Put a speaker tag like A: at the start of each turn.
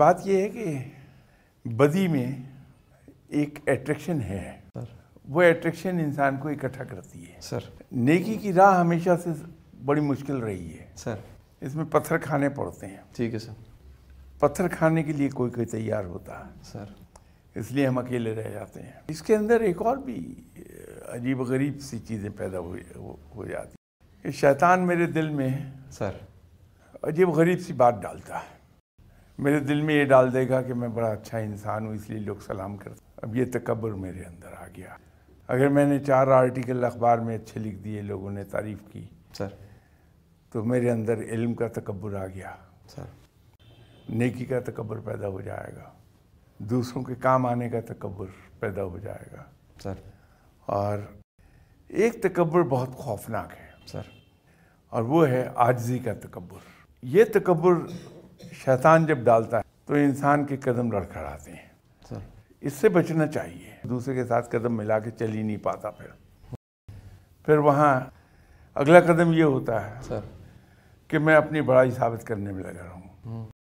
A: بات یہ ہے کہ بدی میں ایک اٹریکشن ہے وہ اٹریکشن انسان کو اکٹھا کرتی ہے
B: سر
A: نیکی کی راہ ہمیشہ سے بڑی مشکل رہی ہے
B: سر
A: اس میں پتھر کھانے پڑتے ہیں
B: ٹھیک ہے سر
A: پتھر کھانے کے لیے کوئی کوئی تیار ہوتا ہے
B: سر
A: اس لیے ہم اکیلے رہ جاتے ہیں اس کے اندر ایک اور بھی اے، عجیب و غریب سی چیزیں پیدا ہوئی- ہو ہو جاتی ہیں یہ شیطان میرے دل میں
B: سر
A: عجیب و غریب سی بات ڈالتا ہے میرے دل میں یہ ڈال دے گا کہ میں بڑا اچھا انسان ہوں اس لیے لوگ سلام کرتے اب یہ تکبر میرے اندر آ گیا اگر میں نے چار آرٹیکل اخبار میں اچھے لکھ دیے لوگوں نے تعریف کی
B: سر
A: تو میرے اندر علم کا تکبر آ گیا
B: سر
A: نیکی کا تکبر پیدا ہو جائے گا دوسروں کے کام آنے کا تکبر پیدا ہو جائے گا
B: سر
A: اور ایک تکبر بہت خوفناک ہے
B: سر
A: اور وہ ہے عاجزی کا تکبر یہ تکبر شیطان جب ڈالتا ہے تو انسان کے قدم لڑکھڑاتے ہیں
B: سر
A: اس سے بچنا چاہیے دوسرے کے ساتھ قدم ملا کے چل ہی نہیں پاتا پھر پھر وہاں اگلا قدم یہ ہوتا ہے
B: سر
A: کہ میں اپنی بڑائی ثابت کرنے میں لگا رہا ہوں